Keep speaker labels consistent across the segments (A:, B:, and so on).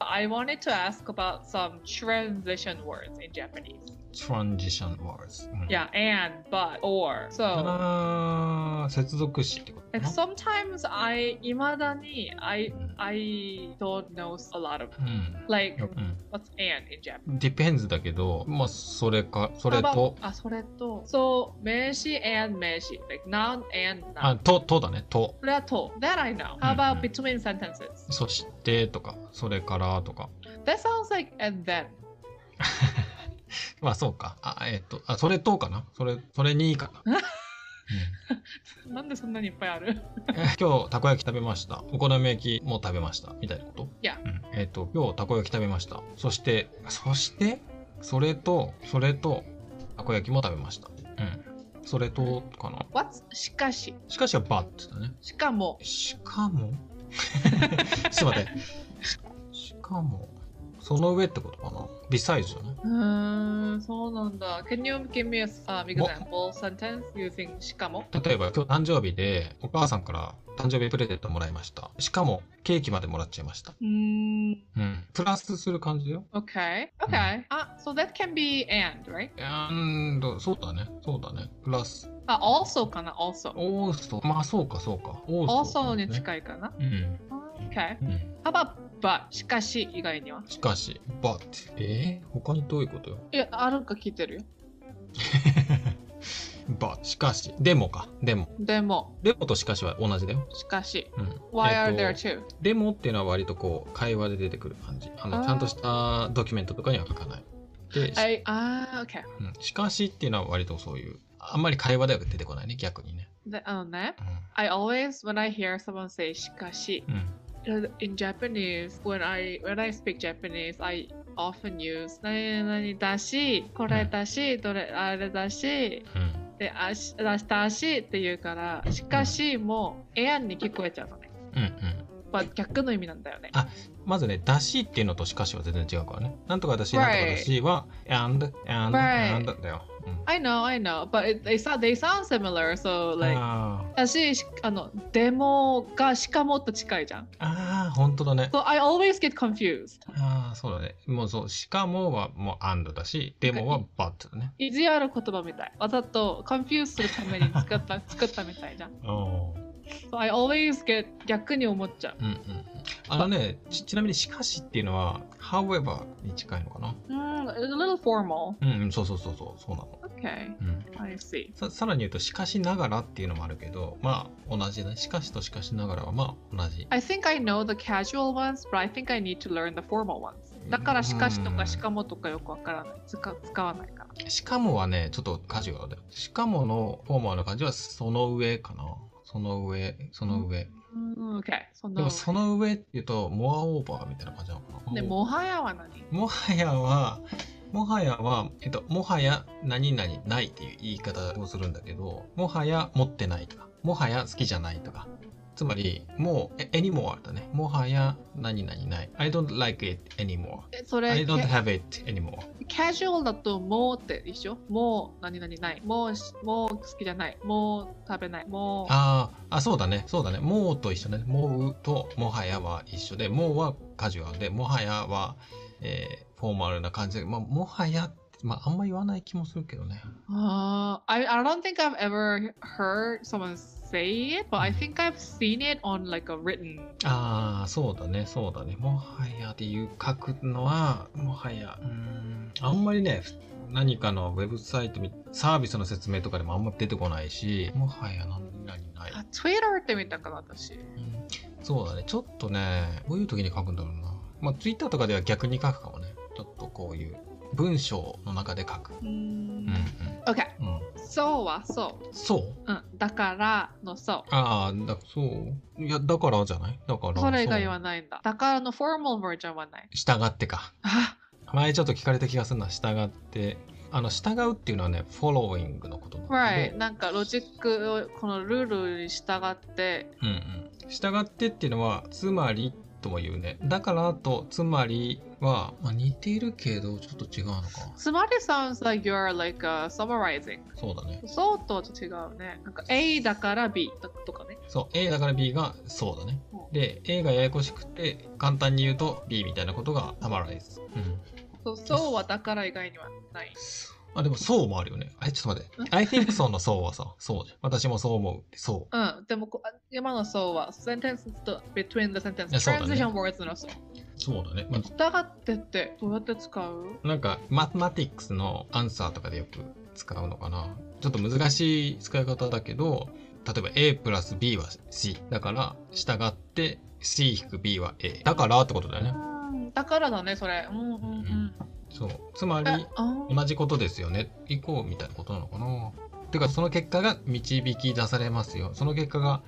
A: I wanted to ask about some transition words in Japanese.
B: transition words、うん
A: Yeah, and, but, or. So,
B: あー接続詞ってこと
A: like
B: か
A: sometimes I, imadani, I,
B: うん
A: I don't know a lot of,
B: うん、
A: like,
B: よう
A: what's and in Japanese?
B: ん、depends だけどまあそれかそれ
A: How
B: と
A: about- あ、それと。So, 名詞 and 名詞。Like, noun and
B: あ
A: noun.
B: ととだねと
A: それはと。That I know.
B: う
A: How
B: ん
A: about
B: うん
A: between sentences?
B: そしてとかそれからとか
A: That sounds like and then.
B: まあそうかあえっとあそれとかなそれそれにか な、うん
A: なんでそんなにいっぱいある
B: え 今日たこ焼き食べましたお好み焼きも食べましたみたいなこと
A: いや
B: うんえっ、と今日たこ焼き食べましたそしてそしてそれとそれとたこ焼きも食べましたうんそれとかな
A: ?What's しかし。
B: しかしはバッてだね
A: しかも。
B: しか もちょっと待ってしかもその上ってことかな besides だね
A: うーん、そうなんだ。Can you give me a、um, example sentence using しかも
B: 例えば今日誕生日でお母さんから誕生日プレゼントもらいましたしかもケーキまでもらっちゃいました
A: うーん。
B: うんプラスする感じだよ
A: Okay. Okay. あ、so that can be and, right?
B: うんとそうだねそうだねプラス
A: あ、also かな ?also。
B: オーストまあそうかそうかオースト
A: also に
B: い
A: 近いかな
B: うん
A: ?Okay.
B: うん、
A: How about but? しかし以外には。
B: しかし but えー、他にどういうことよ
A: いや、あるか聞いてるよ。
B: but しかしでもかでも
A: でも、
B: でもとしかしは同じだよ、
A: しかし。
B: うん
A: Why
B: え
A: are
B: ーと
A: there two?
B: でもっていうのは割とこう会話で出てくる感じあの
A: あー
B: ちゃんとしたドキュメントとかには書かないで、
A: I, ああ、OK。
B: うんしかしっていうのは割とそういうあんまり会話では出てこないね逆にね
A: であのね、
B: うん
A: I always, when I hear someone say しかし、
B: うん
A: in Japanese, when I, when I speak Japanese, I often use 何々だし、これだし、どれ、あれだし、
B: うん
A: で、あし、明日だしって言うから、しかしもう、エアンに聞こえちゃうのね。
B: うんうん
A: まあ、逆の意味なんだよね。
B: まずね、だしっていうのとしかしは全然違うからね。なんとかだし、なんとかだしは、and, and,
A: Right.
B: and だよ。うん、
A: I know, I know, but it, they, sound, they sound similar, so like,
B: あー
A: だし、しあの、デモがしかもっと近いじゃん。
B: あー、本当だね。
A: So I always get confused.
B: ああ、そうだね。もうそう、しかもはもう and だし、でもは but だね。
A: 意地ある言葉みたい。わざと confuse するために作った 作ったみたいじゃん。
B: おー
A: So I always get 逆に思っちゃう。
B: うんうんうん。あのねち、ちなみにしかしっていうのは、however に近いのかな。
A: うん、a little formal.
B: うんうん、そうそうそうそう、そうなの。
A: Okay,
B: うん。
A: I see.
B: ささらに言うと、しかしながらっていうのもあるけど、まあ同じだね。しかしとしかしながらはまあ同じ。
A: I think I know the casual ones, but I think I need to learn the formal ones. だからしかしと
B: う
A: か
B: ん
A: しかもとかよくわからない。使使わないから。
B: しかもはね、ちょっとカジュアルだよ。しかものフォーマルな感じはその上かな。その上、その上。
A: うん、Okay, そ
B: で
A: の
B: も。その上っていうと、モアオーバーみたいな感じなのかな。
A: でもはやは何
B: もはやは、もはやは、えっと、もはや何々ないっていう言い方をするんだけど、もはや持ってないとか、もはや好きじゃないとか。つまり、もう、え anymore だね。もはや何々ない。I don't like it anymore.
A: えそ
B: I
A: れ
B: don't have it anymore.
A: カジュアルだともうって一緒もう何々ない。もうしもう好きじゃない。もう食べない。もう。
B: あーあ、そうだね、そうだね。もうと一緒ね。もうともはやは一緒で、もうはカジュアルで、もはやは、えーフォーマルな感じで、まあ、もはやって、まあ、あんま言わない気もするけどね。
A: Uh, I, I don't think I've ever heard someone say it, but I think I've seen it on like a written.
B: ああ、そうだね、そうだね。もはやっていう書くのは、もはや、うーん、あんまりね、何かのウェブサイトみ、サービスの説明とかでもあんま出てこないし、もはや何々ない。
A: あ Twitter って見たかな私。
B: うんそうだね、ちょっとね、どういう時に書くんだろうな。まあ、ツイッターとかでは逆に書くかもね。ちょっとこういう文章の中で書く。うんう
A: Okay,
B: ん。うん、
A: そうはそ
B: そう
A: う。うん、だからのそ
B: ああ、だそう。いや、だからじゃないだから。
A: う。それ以外は
B: そう
A: ないんだ。だからの formal version はない。
B: 従ってか。
A: あ
B: 前ちょっと聞かれた気がするな、従って。あの、従うっていうのはね、フォローイングのことなんだけ
A: right.
B: ど。
A: なんかロジックをこのルールに従って。
B: うんうん。従ってっていうのは、つまりっとも言うね。だからと、つまりは、まあ、似ているけど、ちょっと違うのか。
A: Sumare sounds like you're like、uh, summarizing.
B: そうだね。
A: そうとは違うね。なんか A だから B ととかね。
B: そう、A だから B がそうだね
A: う。ん
B: で、A がややこしくて、簡単に言うと B みたいなことがたまらないです。うん。
A: そうそうはだから以外にはない。
B: あ、でもそうもあるよね。え、ちょっと待って。I think so のそうはさ、そうじゃん。私もそう思うって、そ
A: うん、でもこ今のそうは sentence と between the sentence
B: いやそうだね
A: transition words のそう。
B: う。そうだね。ま
A: 従ってってどうやって使う
B: あ、なんか、マテマティックスのアンサーとかでよく使うのかな。ちょっと難しい使い方だけど、例えば A プラス B は C。だから、従って C-B は A。だからってことだよね。
A: うんだからだね、それ。うんうんうん。
B: そう。つまり
A: え、あ
B: 同じことですよね以降みたいなことなのかなてかその結果が導き出されますよその結果が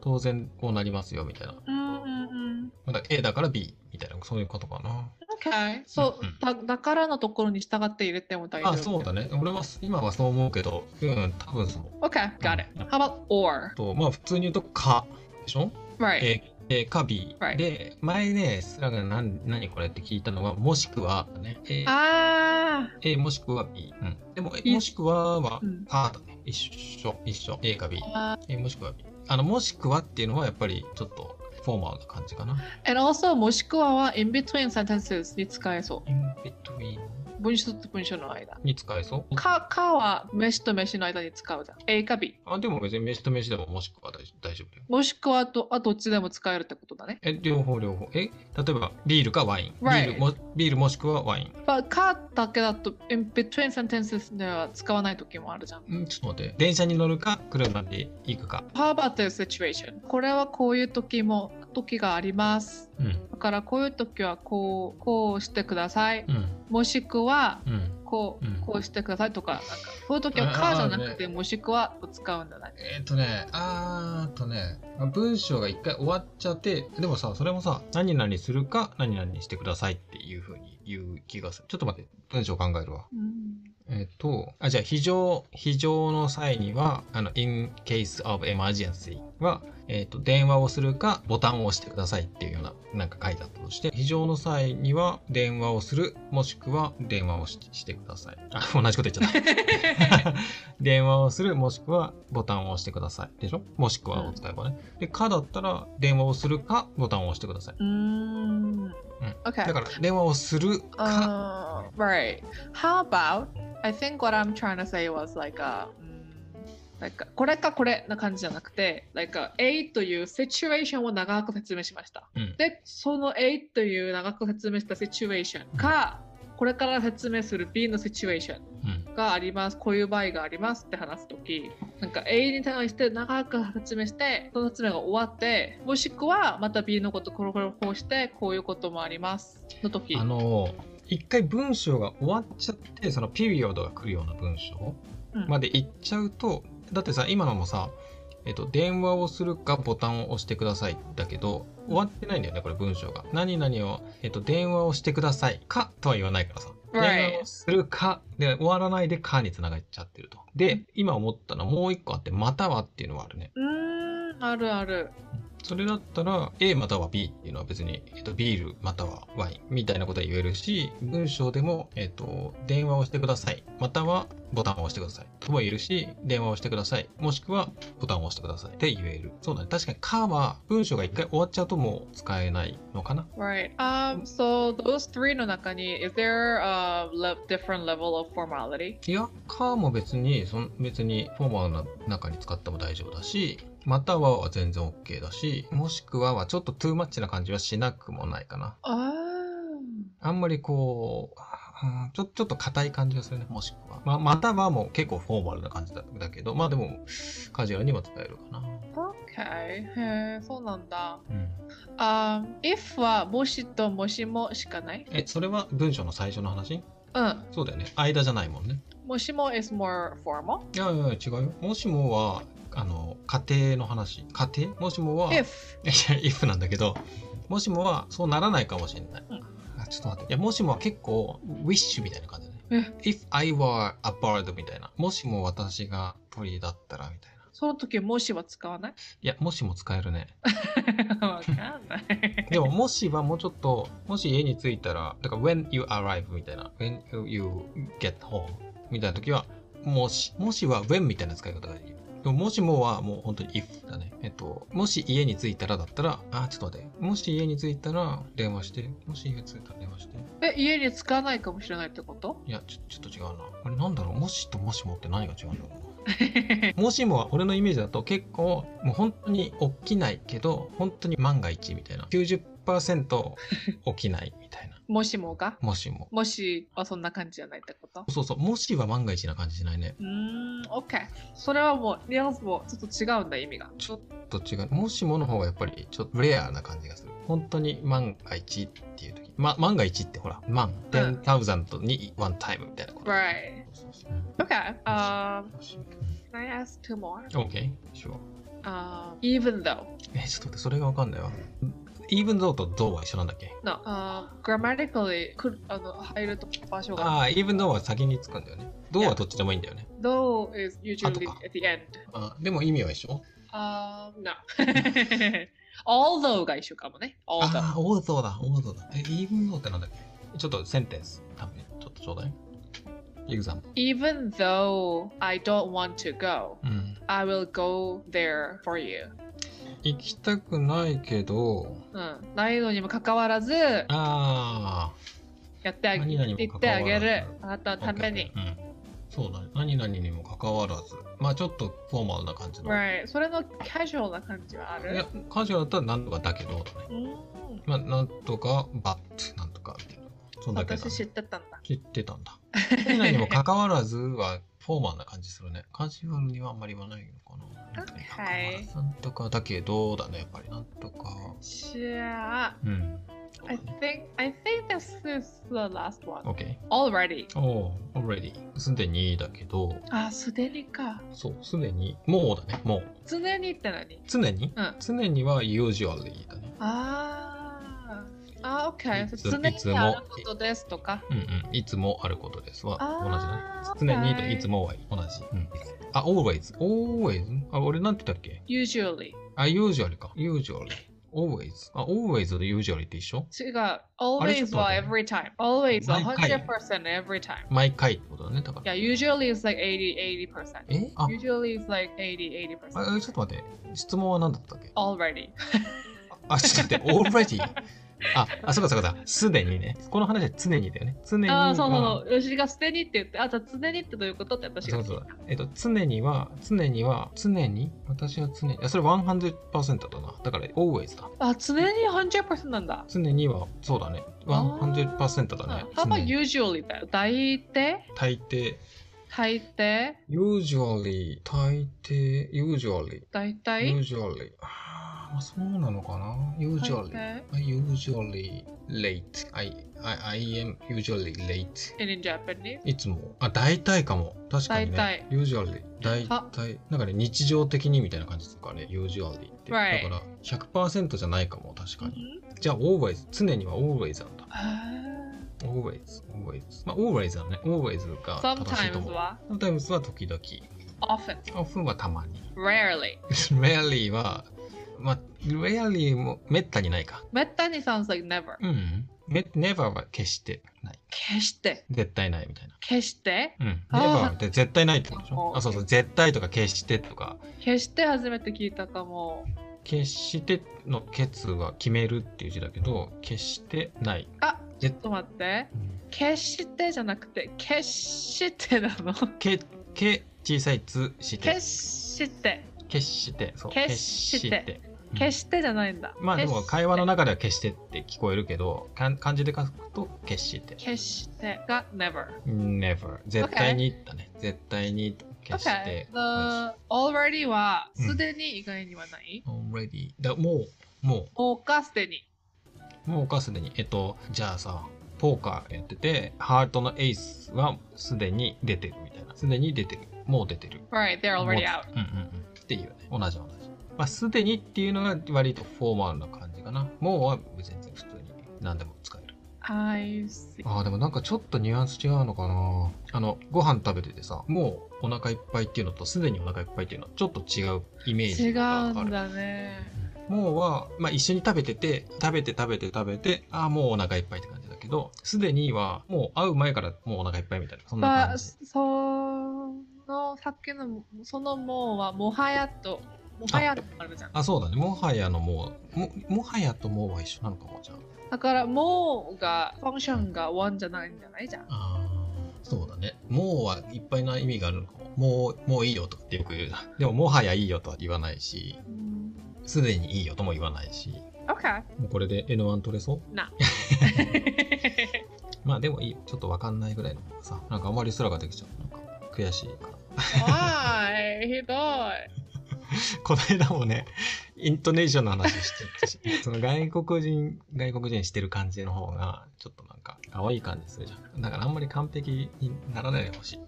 B: 当然こうなりますよみたいな
A: うんうんうん。
B: まだ A だから B みたいなそういうことかな
A: OK。そう
B: うんうん、
A: だだからのところに従って入れても大丈夫。
B: あそうだね俺は今はそう思うけどうん多分そう
A: OK, got it. How about or?
B: とまあ普通に言うと「か」でしょ
A: Right.
B: A, A か B、
A: Right.
B: で前ねスラが何何これって聞いたのは「もしくは」だね A,
A: あ
B: A もしくは B、うん、でも「
A: い
B: もしくは」は
A: うん
B: 「か」だね一緒一緒 A か B
A: ーあ
B: えーもしくは B あのもしくはっていうのはやっぱりちょっとフォーマルな感じかな。
A: ー。And also もしくはは in between sentences に使えそう。
B: in between
A: 文章と文章の間。
B: に使えそう
A: か、かは飯と飯の間に使うじゃん。A か B。
B: あでも別に飯と飯でももしくは大丈夫大丈夫だよ。
A: もしくはどあどっちでも使えるってことだね。
B: え両方両方。え例えばビールかワイン。ビ
A: Right
B: ールもビールもしくはワイン。
A: まあかだけだと in between sentences では使わない時もあるじゃん。
B: うんちょっと待って。電車に乗るか車で行くか。
A: How about this situation? これはこういう時も時があります。
B: うん
A: だからこういう時はこうこうしてください。
B: うん
A: もしくは
B: うん。
A: こう
B: うん
A: こうしてくださいとか、なんかそういう時は
B: あー
A: かじゃなく
B: あ
A: てもしくはを使うんだね。
B: えっ、とね、あーっとね、まあ文章が一回終わっちゃって、でもさ、それもさ、何々するか何々してくださいっていうふうに言う気がする。ちょっと待って、文章考えるわ。
A: うん
B: えっと、あ、じゃあ、非常、非常の際には、あの、in case of emergency は、えっと、電話をするか、ボタンを押してくださいっていうような、なんか書いてあったとして、非常の際には、電話をする、もしくは、電話をししてください。あ、同じこと言っちゃった。電話をする、もしくは、ボタンを押してください。でしょもしくはを使えばね。で、かだったら、電話をするか、ボタンを押してください。
A: うーん。
B: だ
A: Okay.
B: から、電話をするか、
A: Uh, right. How about? I think what I'm trying to say was like a, like a これかこれな感じじゃなくて、like a A という situation を長く説明しました。
B: うん
A: で、その A という長く説明した situation か、これから説明する B の situation
B: うん。
A: があります、こういう場合がありますって話すとき、なんか A に対して長く説明して、その説明が終わって、もしくはまた B のことコロコロこうして、こういうこともありますのとき。
B: あの一回文章が終わっちゃってそのピリオドが来るような文章
A: うん
B: まで行っちゃうとだってさ今のもさ、えっと、電話をするかボタンを押してくださいだけど終わってないんだよねこれ文章が何々を、えっと、電話をしてくださいかとは言わないからさ
A: Right.
B: 電話をするかで終わらないでかにつながっちゃってるとで今思ったのはもう一個あってまたはっていうのはあるね
A: うーん、あるある。
B: それだったら A または B っていうのは別に、えっと、ビールまたはワインみたいなことは言えるし文章でも、えっと、電話をしてくださいまたはボタンを押してくださいとも言えるし電話をしてくださいもしくはボタンを押してくださいって言えるそうだね確かに「か」は文章が一回終わっちゃうともう使えないのかな
A: Right. Um, so those three の中に、is there a le- different level of formality?
B: いや「か」も別にその別にフォーマルな中に使っても大丈夫だしまたはは全然 OK だしもしくははちょっとトゥーマッチな感じはしなくもないかな
A: あ
B: あんまりこう、あーちょちょっと硬い感じがするね、もしくは。まあ、またはもう結構フォーマルな感じだだけど、まあでも、カジュアルにも使えるかな。
A: あ。Okay. へえ、そうなんだ。
B: うん、
A: Um, if は、もしともしもしかない
B: え、それは文章の最初の話
A: うん。
B: そうだよね。間じゃないもんね。
A: もしも is more formal.
B: いやいやいや違うよ。もしもは、あの、家庭の話。家庭もしもは、
A: If.
B: いや、if なんだけど、もしもはそうならないかもしれない。
A: うん
B: あちょっと待って。いや、もしもは結構、wish みたいな感じだね。
A: え
B: if I were a bird みたいな。もしも私が鳥だったらみたいな。
A: その時もしは使わない
B: いや、もしも使えるね。
A: わかんない。
B: でも、もしはもうちょっと、もし家に着いたら、だから when you arrive みたいな、when you get home みたいな時は、もし、もしは when みたいな使い方ができる。でも、もしもはもう本当に if だね。えっと、もし家に着いたらだったら、あ、ちょっと待って。もし家に着いたら電話して、もし家に着いたら電話して。
A: え、家に使わないかもしれないってこと
B: いや、ちょちょっと違うな。これなんだろうもしともしもって何が違うんだろうな。 もしもは俺のイメージだと結構もう本当に起きないけど本当に万が一みたいな90%起きないみたいな
A: もしもが
B: もしも
A: もしはそんな感じじゃないってこと
B: そうそうもしは万が一な感じしないね
A: うーん、OK。それはもう、ニュアンスもちょっと違うんだ、意味が。
B: ちょっと違うもしもの方がやっぱりちょっとレアな感じがする本当に万が一っていう時ま万が一ってほら万
A: うん
B: 10,000に1タイムみたいなこと
A: Right.
B: そうそうそううん
A: Okay. Um,
B: もし
A: can I ask two more?
B: うん OK sure
A: Um, even though.
B: えちょっと待ってそれがわかんないわ even though と though は一緒なんだっけ
A: No. Um, grammatically, くるあの入ると場所が。
B: ああ、even though は先につくんだよね。though はどっちでもいいんだよね。
A: Though is
B: 後
A: usually
B: か
A: at the end.
B: あーでも意味は一緒
A: Um, no. Although が一緒かもね。Although.
B: ああ、王道だ、王道だ。え、even though ってなんだっけちょっとセンテンス、多分ちょっとちょうだい。エグザンプ
A: Even though I don't want to go,
B: ル。うん。
A: I will go there for you.
B: 行きたくないけど、
A: うん。ないのにもかかわらず、
B: あ
A: やってあげ
B: 何々も
A: 言ってあげる
B: 関わらず
A: あなた
B: あ、
A: のために。
B: うん。そうだね。何々にもかかわらず、まあちょっとフォーマルな感じの。
A: Right. それのカジュアルな感じはあ
B: いや
A: る、
B: カジュアルだったらなんとかだけどだね。
A: うん
B: まあなんとか、バッなんとかみたいな。そんだけだ、ね。
A: 私知ってたんだ。
B: 知ってたんだ。何々にもかかわらずはフォーマルな感じするね。カジュアルにはあんまり言わないのかな。
A: Okay.
B: なんとかだけどだね、やっぱり。なんとか。
A: じゃあ、
B: うん。
A: I think, I think this is the last one.
B: OK。
A: Already.
B: おー、already。すでにだけど、
A: あ、すでにか。
B: そう、すでに。もうだね、もう。
A: 常にって何
B: 常に、
A: うん
B: 常には usually だね。
A: あーあ、OK。
B: いつ
A: 常
B: いつ
A: に
B: も
A: あることですとか。
B: うんうん。いつもあることですは同じだね。
A: あー
B: 常
A: okay
B: にといつもは同じ。うん、あ、always。always? あ、俺なんて言ったっけ
A: Usually.
B: あ、usually か。usually。always。あ、always と usually って一緒
A: 違う。
B: れちょっ
A: Always
B: と待
A: は
B: って
A: every time. Always は
B: 毎回
A: 100% every time.
B: 毎回ってことだね、だから。
A: Yeah, usually is like 80, 80%.
B: えあ
A: Usually is like 80,
B: あ、
A: 80%.
B: えちょっと待って。質問は何だったっけ
A: Already.
B: あ、ちょっと待って、already。あ、あ、そうかそうかそうか。すでにね。この話は常にだよね。常には。
A: ああ、そうそうそう。吉が捨てにって言って、あ、じゃあ常にってどういうことって私が
B: そ
A: 聞
B: う
A: いた。
B: そうえっと、常には、常には、常に、私は常に、あ、それ100%だな。だから、always だ。
A: あ、常に100%なんだ。
B: 常には、そうだね。100%だね。
A: How
B: 常
A: about
B: に
A: usually だよ。大抵
B: 大抵、
A: 大抵
B: usually、大抵、usually、
A: 大体
B: usually。あーまあ、そうなのかな。usually。
A: 大
B: I usually late. I, I, I am usually late.
A: 体 In Japanese?
B: いつも。あ、大体かも。確かにね。usually. 大
A: あ
B: 体。なんかね、日常的にみたいな感じとかね、usually って。
A: Right.
B: だから、100%じゃないかも、確かに。じゃあ、always。常には always なんだ。always, always. まあ、always だね。always が正しい
A: Sometimes
B: と思う。
A: は
B: sometimes は時々。
A: often,
B: often はたまに。
A: rarely.
B: rarely は、まあ、rarely もめったにないか。
A: めったに sounds like never.
B: うん。め never は決してない。
A: 決して、
B: 絶対ないみたいな。
A: 決して、
B: うん。ネ
A: あー
B: バーって絶対ないってことでしょ
A: そう
B: あ、そうそう。絶対とか決してとか。
A: 決して初めて聞いたかも。
B: 決しての決は決めるっていう字だけど、決してない。
A: あ、ちょ
B: 絶
A: っと待って。決してじゃなくて、決してなの。
B: け、け、小さいつ、して
A: 決。して。
B: 決して。そう。
A: 決して
B: うん
A: 決してじゃないんだ。
B: まあで
A: 決
B: も
A: して
B: 会話の中では決してって聞こえるけど、かん漢字で書くと決して。
A: 決してが never。
B: never。絶対にだね。絶対に決して
A: Okay. The。already は
B: うん
A: すでに以外にはない。
B: already。だ、もう、もう。
A: もうかすでに。
B: もうかすでに、えっと、じゃあさ、ポーカーやってて、ハートのエースはすでに出てるみたいな。すでに出てる。もう出てる。
A: Right, they're
B: もう
A: already out.
B: うんうんうん。っていうね。同じ同じ。まあ、すでにっていうのが割とフォーマルな感じかな。もうは全然普通に何でも使える。
A: I see.
B: ああ、でもなんかちょっとニュアンス違うのかな。あの、ご飯食べててさ、もうお腹いっぱいっていうのと、すでにお腹いっぱいっていうのはちょっと違うイメー
A: 違
B: ジがあ
A: うん
B: る。
A: だね。
B: もうは、まあ一緒に食べてて、食べて食べて食べて、ああ、もうお腹いっぱいって感じだけど、すでには、もう会う前からもうお腹いっぱいみたいな、そんな
A: ま
B: 感
A: あ、
B: じ。
A: そのさっきのそのもうはもはやともはやとあるじゃん。
B: あ、そうだね。もはやのもう、も、もはやともうは一緒なのかも、じゃあ。
A: だからもうがファンクションがワンじゃないんじゃないじゃん。
B: あーそうだね。もうはいっぱいな意味があるのかも。もう、もういいよとかってよく言うな。でも、もはやいいよとは言わないし、
A: うん
B: すでにいいよとも言わないし、
A: OK。
B: もうこれで N1 取れそう
A: な。
B: まあでもいいよ。ちょっとわかんないぐらいの方がさ、なんかあんまり空ができちゃう。なんか悔しいから。
A: わーいひどい。
B: この間もね、イントネーションの話して るし、その外国人、外国人してる感じの方が、ちょっとなんか、可愛い感じするじゃん。だからあんまり完璧にならないでほしい。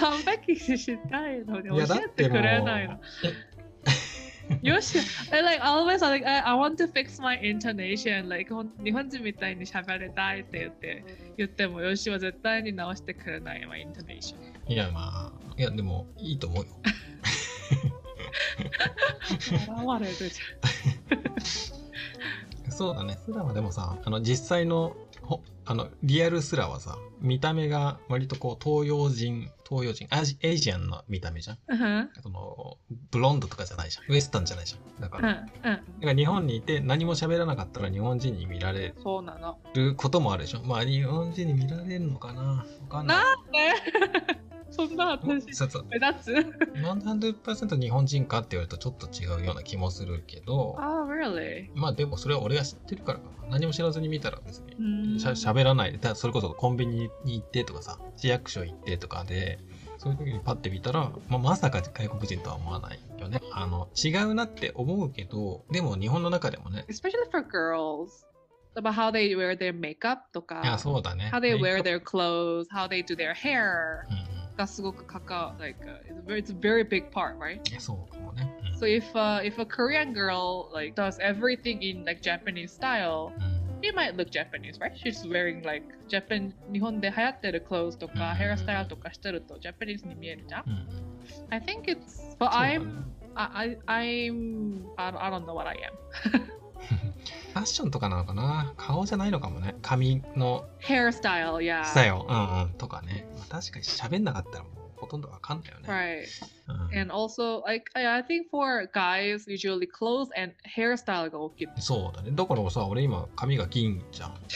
A: 完璧したいのに
B: いや
A: 教
B: だ
A: え
B: ってて
A: く
B: もう
A: れないの。 よし、I like always I like I I want to fix my intonation like ほん日本人みたいに喋りたいって言って言ってもよしは絶対に直してくれないわイントネーシ ョン。
B: いや、まあ、いや、でも、いいと思うよ。
A: 現れるじ
B: そうだね。スラはでもさ、あの、実際の、ほあの、リアルスラはさ、見た目が割とこう、東洋人、東洋人、アジエイジアンの見た目じゃん。
A: ゃん。うん
B: その、ブロンドとかじゃないじゃん。ウエスタンじゃないじゃん。だか
A: うん
B: ら、だから日本にいて何も喋らなかったら日本人に見られ
A: うん、そうなの。
B: ることもあるでしょ。まあ、日本人に見られるのかなわかんない。
A: ねそんな
B: もう
A: 私
B: そうそう
A: 目立つ
B: 何100%日本人かって言われるとちょっと違うような気もするけど、
A: ああ、really? Oh,
B: まあでもそれは俺が知ってるからかな。何も知らずに見たら別に
A: うーん
B: しゃ喋らないで、ただそれこそコンビニに行ってとかさ、市役所行ってとかで、そういう時にパッて見たら、まあ、まさか外国人とは思わないよね。あの、違うなって思うけど、でも日本の中でもね、
A: Especially for girls. About how they wear their makeup とか
B: いや、そうだね。
A: how they
B: メイク
A: wear their clothes, how they do their hair
B: うんうん
A: がすごくかか like uh, it's a very- it's a very big part, right?
B: いやそうかもね。
A: So if uh, if a Korean girl like does everything in like Japanese style,
B: うんうん、
A: she might look Japanese, right? She's wearing like Japan 日本で流行ってる clothes とか
B: うん
A: hairstyle とかしてると Japanese に見えるじゃん。
B: うんうん、
A: I think it's but
B: そうだね
A: I'm I, I I'm I don't, I don't know what I am.
B: ファッションとかなのかな顔じゃないのかもね。髪の
A: Hairstyle, yeah.
B: スタイル、うんうん、とかね。まあ確かに喋んなかったらもうほとんどわかんないよね。
A: Right.
B: うん
A: And also like I I think for guys usually clothes and hairstyle が大きい。
B: そうだね。だからもうさ、俺今髪が銀じゃん。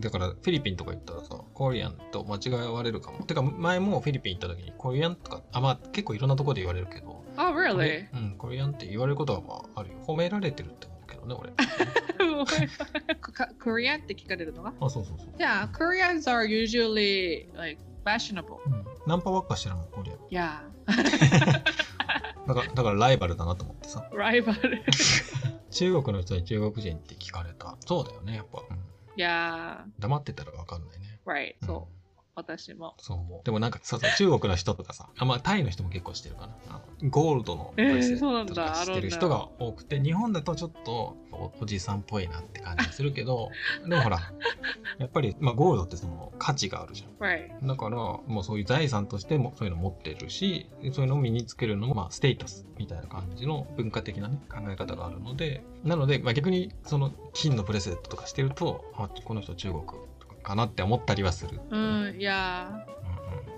B: だからフィリピンとか行ったらさ、コリアンと間違われるかも。てか前もフィリピン行った時にコリアンとか、あ、まあ結構いろんなところで言われるけど、
A: Oh
B: こ
A: really?
B: れうん、コリアンって言われることはまああるよ。褒められてるって思うけどね、 俺。あ、
A: Korean って聞 かれるのが
B: そうそうそう。
A: Yeah, Koreans are usually like fashionable.
B: うんナンパばっかしてるもん、コリアン。
A: Yeah,
B: だから、だからライバルだなと思ってさ。
A: rival.
B: 中国の人に中国人って聞かれた。そうだよね、やっぱ。うん
A: yeah,
B: 黙ってたらわかんないね。
A: right.
B: ん
A: そう、私も。
B: そう思う。でもなんか、そうそう、中国の人とかさ、あまあ、タイの人も結構してるかな。あのゴールドの
A: えー
B: ブレスレットと
A: そうなん
B: か
A: だ
B: してる人が多くて、日本だとちょっとおおじさんっぽいなって感じするけど、 でもほら、やっぱり、まあ、ゴールドってその価値があるじゃん。
A: Right.
B: だから、もうそういう財産としてもそういうの持ってるし、でそういうのを身につけるのも、まあ、ステータスみたいな感じの文化的なね、考え方があるので、なので、まあ、逆に、その、金のブレスレットとかしてると、あ、この人中国とかかなって思ったりはする。
A: う
B: うんう
A: ん、
B: ん
A: Yeah,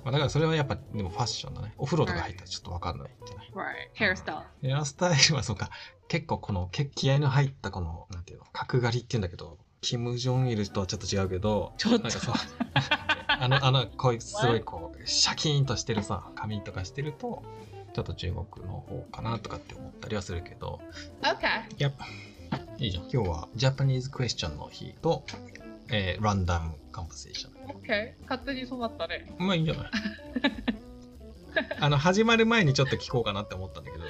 B: まあ、だからそれはやっぱ、でもファッションだね。お風呂とか入ったらちょっとわかんないじゃない。
A: right. Hairstyle.
B: ヘアスタイルはそうか、結構この、け気合の入ったこの、なんていうの、角刈りって言うんだけど、キム・ジョンイルとはちょっと違うけど、
A: ちょっと
B: なんかそう。 あの、あの、こういうすごいこう、シャキーンとしてるさ、髪とかしてると、ちょっと中国の方かなとかって思ったりはするけど、
A: Okay.
B: やっぱ、いいじゃん。今日は、ジャパニーズクエスチョンの日と、えーランダムカンパセーション。
A: Okay. 勝手にそうだった ね。
B: まあいいんじゃない あの、始まる前にちょっと聞こうかなって思ったんだけど、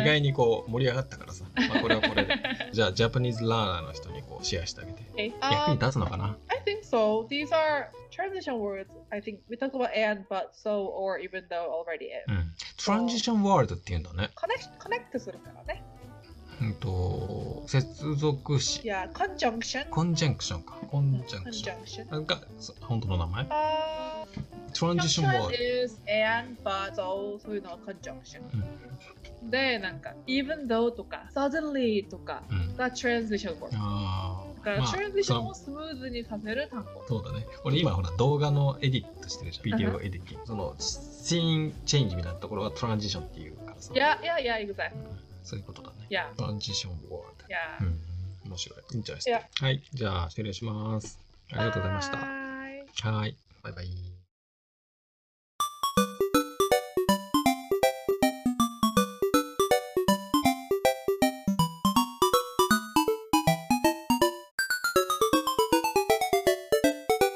B: 意外にこう、盛り上がったからさ、まあこれはこれで。じゃあ、ジャパニーズラーナーの人にこう、シェアしてあげて。
A: Okay.
B: 役に
A: Um,
B: 立つのかな
A: I think so. These are transition words. I think we talked about and, but, so, or even though already
B: う
A: and.
B: ん。トランジションワールドって言うんだね。
A: Connect, connect するからね。
B: ううんと、接続詞。
A: Yeah, conjunction.
B: コンジェンクションか。コンジェンクション。
A: Conjunction.
B: なんか、そ本当の名前
A: Uh,
B: トランジションボー
A: conjunction
B: ル。
A: is and but or そういうのは conjunction。で、なんか even though とか suddenly とか
B: うん。うん。
A: が transition word。
B: あ
A: だ
B: あ。
A: から
B: まあ
A: transition を
B: そ
A: スムーズにさせる単語。
B: そうだね。俺今ほら動画のエディットしてるじゃん。ビデオエディット。その、シーンチェンジみたいなところはトランジションっていうからさ。
A: Yeah, yeah, yeah,
B: う
A: exactly.
B: んそういうことだね。
A: Yeah,
B: トランジションボール。
A: yeah.
B: うん、面白い。いいんじゃないですか。はい、じゃあ失礼します。あ
A: あ
B: りがとうございました。
A: Bye.
B: はい、バイバイ。